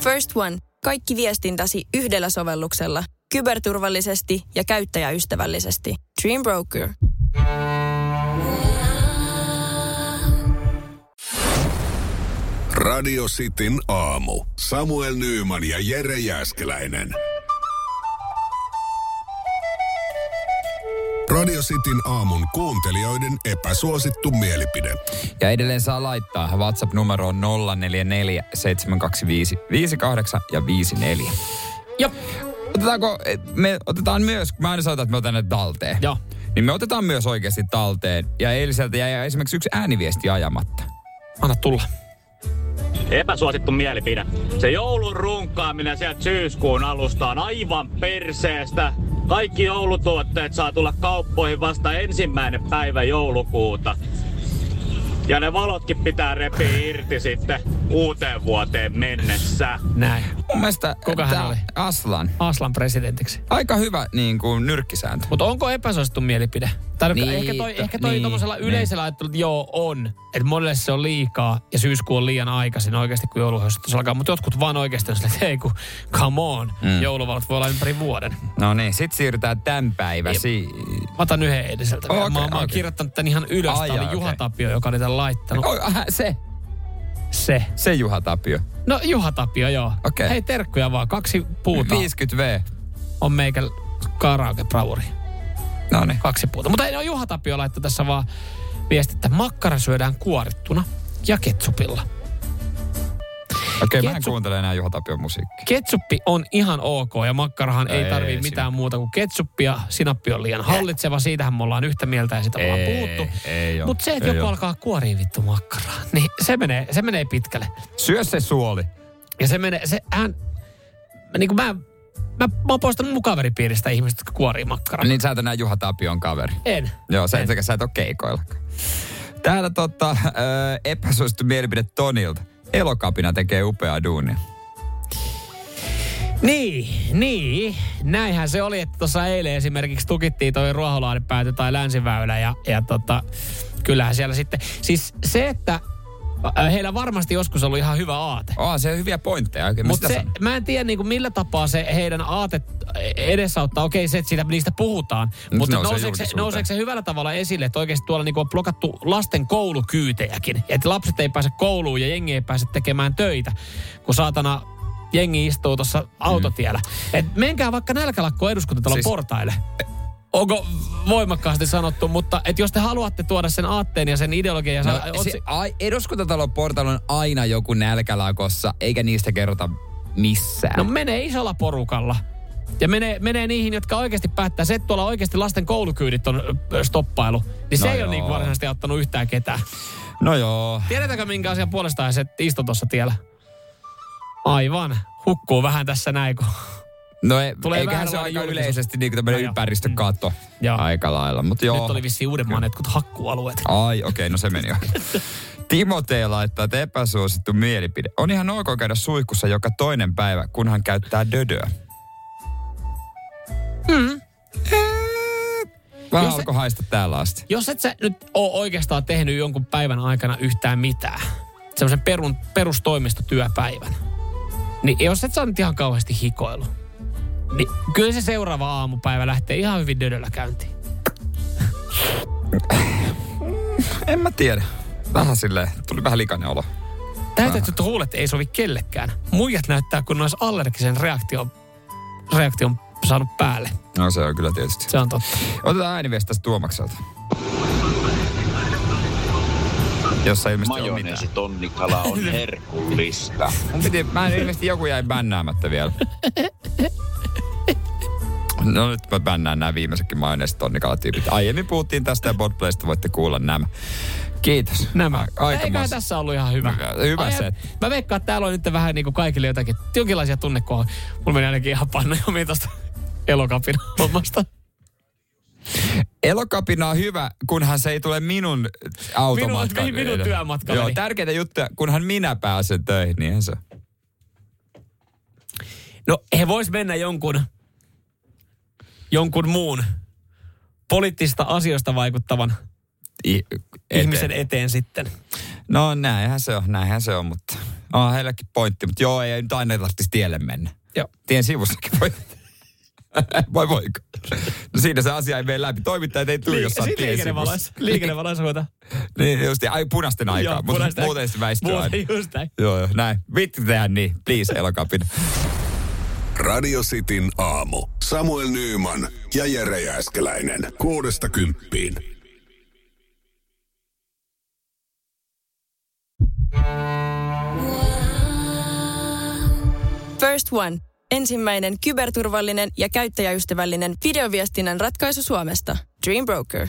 First One. Kaikki viestintäsi yhdellä sovelluksella. Kyberturvallisesti ja käyttäjäystävällisesti. Dream Broker. Radio Cityn aamu. Samuel Nyyman ja Jere Jäskeläinen. Radio Cityn aamun kuuntelijoiden epäsuosittu mielipide. Ja edelleen saa laittaa WhatsApp-numeroon 044 725 58 ja 54. Joo. Otetaanko, et me otetaan myös, mä aina sanotaan, että me otetaan ne talteen. Joo. Niin me otetaan myös oikeasti talteen. Ja eiliseltä jäi esimerkiksi yksi ääniviesti ajamatta. Anna tulla. Epäsuosittu mielipide. Se joulun runkaaminen sieltä syyskuun alusta on aivan perseestä. Kaikki joulutuotteet saa tulla kauppoihin vasta ensimmäinen päivä joulukuuta. Ja ne valotkin pitää repiä irti sitten uuteen vuoteen mennessä. Näin. Mun mielestä eh, Kuka hän tää oli? Aslan. Aslan presidentiksi. Aika hyvä niin kuin nyrkkisääntö. Mutta onko epäsuosittu mielipide? Tai Niin, niin, ehkä toi, ehkä toi niin, niin, tommosella niin. yleisellä ajattelulla, että joo, on. Että monelle se on liikaa ja syyskuu on liian aikaisin oikeasti, kun jouluhoisotus alkaa. Mutta jotkut vaan oikeasti on silleen, että hei kun, come on, mm. jouluvalot voi olla ympäri vuoden. Mä No niin, sit siirrytään tämän päiväsi. otan yhden edelliseltä. Okei, Okay, mä, mä okei. oon kirjoittanut tän ihan ylös. Ai Ai, Tämä oli jaa, Juha okei. Tapio, joka oli tän laittanut. Oh, äh, se, Se. se Juha Tapio. No Juha Tapio, joo. Okei. Hei terkkuja vaan, kaksi puuta 50 V. on meikä karaoke bravuri. No niin. kaksi puuta. Mutta ei, no Juha Tapio laittoi tässä vaan viesti, että makkara syödään kuorittuna ja ketsupilla. Okei, okay, mä en Ketsu- kuuntele enää Juha Tapion musiikkia. Ketsuppi on ihan ok ja makkarahan ei, Ei, ei tarvii ei mitään siinä. muuta kuin ketsuppia. Sinappi on liian hallitseva, siitähän me ollaan yhtä mieltä ja sitä me ollaan Ei, puhuttu. ei oo, Mutta se, että ei joku oo. alkaa kuoriin vittu makkaraa, niin se menee, se menee pitkälle. Syö se suoli. Ja se menee, se hän, niin kuin mä, mä, mä oon poistanut mun kaveripiiristä ihmiset, jotka kuorii makkaraa. Niin. Niin sä et enää Juha Tapion kaveri. En. Joo, sä, en. et, sä et ole keikoilla. Täällä tota, äh, epäsuosittu mielipide Tonilta. Elokapina tekee upeaa duunia. Niin, niin. Näinhän se oli, että tuossa eilen esimerkiksi tukittiin toi Ruoholahden pääty tai Länsiväylä ja, ja tota, kyllähän siellä sitten... Siis se, että ä, heillä varmasti joskus ollut ihan hyvä aate. Oh, se on hyviä pointteja. oikein. Mä Mutta sitä se, sanon. mä en tiedä niinku millä tapaa se heidän aate edesauttaa. Okei, se, että siitä, niistä puhutaan. Mut Mutta nousee nouseeko se, julkisuuteen. nouseeko se hyvällä tavalla esille, että oikeasti tuolla niinku on blokattu lasten koulukyytejäkin. Että lapset ei pääse kouluun ja jengi ei pääse tekemään töitä, kun saatana jengi istuu tuossa autotiellä. Et menkää vaikka nälkälakko eduskuntatalon Siis- siis... portaille. Onko voimakkaasti sanottu, mutta et jos te haluatte tuoda sen aatteen ja sen ideologian ja No, no, se, se... ai, eduskuntatalon portailla on aina joku nälkälakossa, eikä niistä kerrota missään. No menee isolla porukalla. Ja menee, menee niihin, jotka oikeasti päättää. Se, että tuolla oikeasti lasten koulukyydit on ö, stoppailu, niin se No no ei joo. joo. ole niin varsinaisesti auttanut yhtään ketään. no joo. Tiedetäänkö, minkä asian puolestaan se istu tuossa tiellä? Aivan. Hukkuu vähän tässä näin, kun... No ei, Tulee eiköhän väärä se ole aika julkisuus. yleisesti niin tämmöinen No joo. ympäristökato Joo. aika lailla. Mut joo. Nyt oli vissiin Uudenmaan jotkut hakkualueet. Ai, okei, okay, no se meni jo. Timotei laittaa, että epäsuosittu mielipide. On ihan ok käydä suihkussa joka toinen päivä, kunhan käyttää dödöä. Mm. Vähän Jos se- alkoi haista täällä asti. Jos et sä nyt oo oikeastaan tehnyt jonkun päivän aikana yhtään mitään, semmoisen perun, perustoimistotyöpäivän, niin jos et sä nyt ihan kauheasti hikoilu, niin kyllä se seuraava aamupäivä lähtee ihan hyvin dödöllä käyntiin. En mä tiedä. Vähän silleen, tuli vähän likainen olo. Täytetyt huulet ei sovi kellekään. Muijat näyttää, kun ne olisi allergisen reaktion, reaktion saanut päälle. No se on kyllä tietysti. Se on totta. Otetaan ääniviesti tästä Tuomakselta. Jossa ilmeisesti on mitään. Majoneesi tonnikala on herkullista. Mun piti, mä en ilmeisesti joku jäi bännäämättä vielä. No nyt mä bännään nämä viimeisetkin majoneesitonnikalatyypit. Aiemmin puhuttiin tästä ja Botplaysta voitte kuulla nämä. Kiitos. Nämä. Aika Eiköhän mas... tässä ollut ihan hyvä. Hyvä- hyvä Ai, set. Mä veikkaan, että täällä on nyt vähän niin kuin kaikille jotakin, jonkinlaisia tunnekohoja. Mulla meni ainakin ihan panna jo tosta elokapin hommasta. Elokapina on hyvä, kunhan se ei tule minun automatkalle. Minun- minun työmatkalle. Joo, tärkeitä juttuja, kunhan minä pääsen töihin, niin se. No he vois mennä jonkun, jonkun muun poliittista asioista vaikuttavan I, eteen. ihmisen eteen sitten. No näinhän se on, näinhän se on, mutta No, heilläkin pointti, mutta joo, ei nyt aina tarvitsisi tielle mennä. Joo. Tien sivussakin voi. Vai voiko? No siinä se asia ei mene läpi. Toimittajat ei tule, jos sä oot Sit tien sivussa. liikennevaloissa. Liikennevaloissa huota. Niin, just niin. Ai, punaisten aikaa, mutta punaista- muuten se väistyy aina. Muuten just näin. Joo, joo, näin. Vitti tehdä niin. Please, elokapina. Radio Cityn aamu. Samuel Nyyman ja Jere Jääskeläinen. Kuudesta kymppiin. First One. Ensimmäinen kyberturvallinen ja käyttäjäystävällinen videoviestinnän ratkaisu Suomesta. Dream Broker.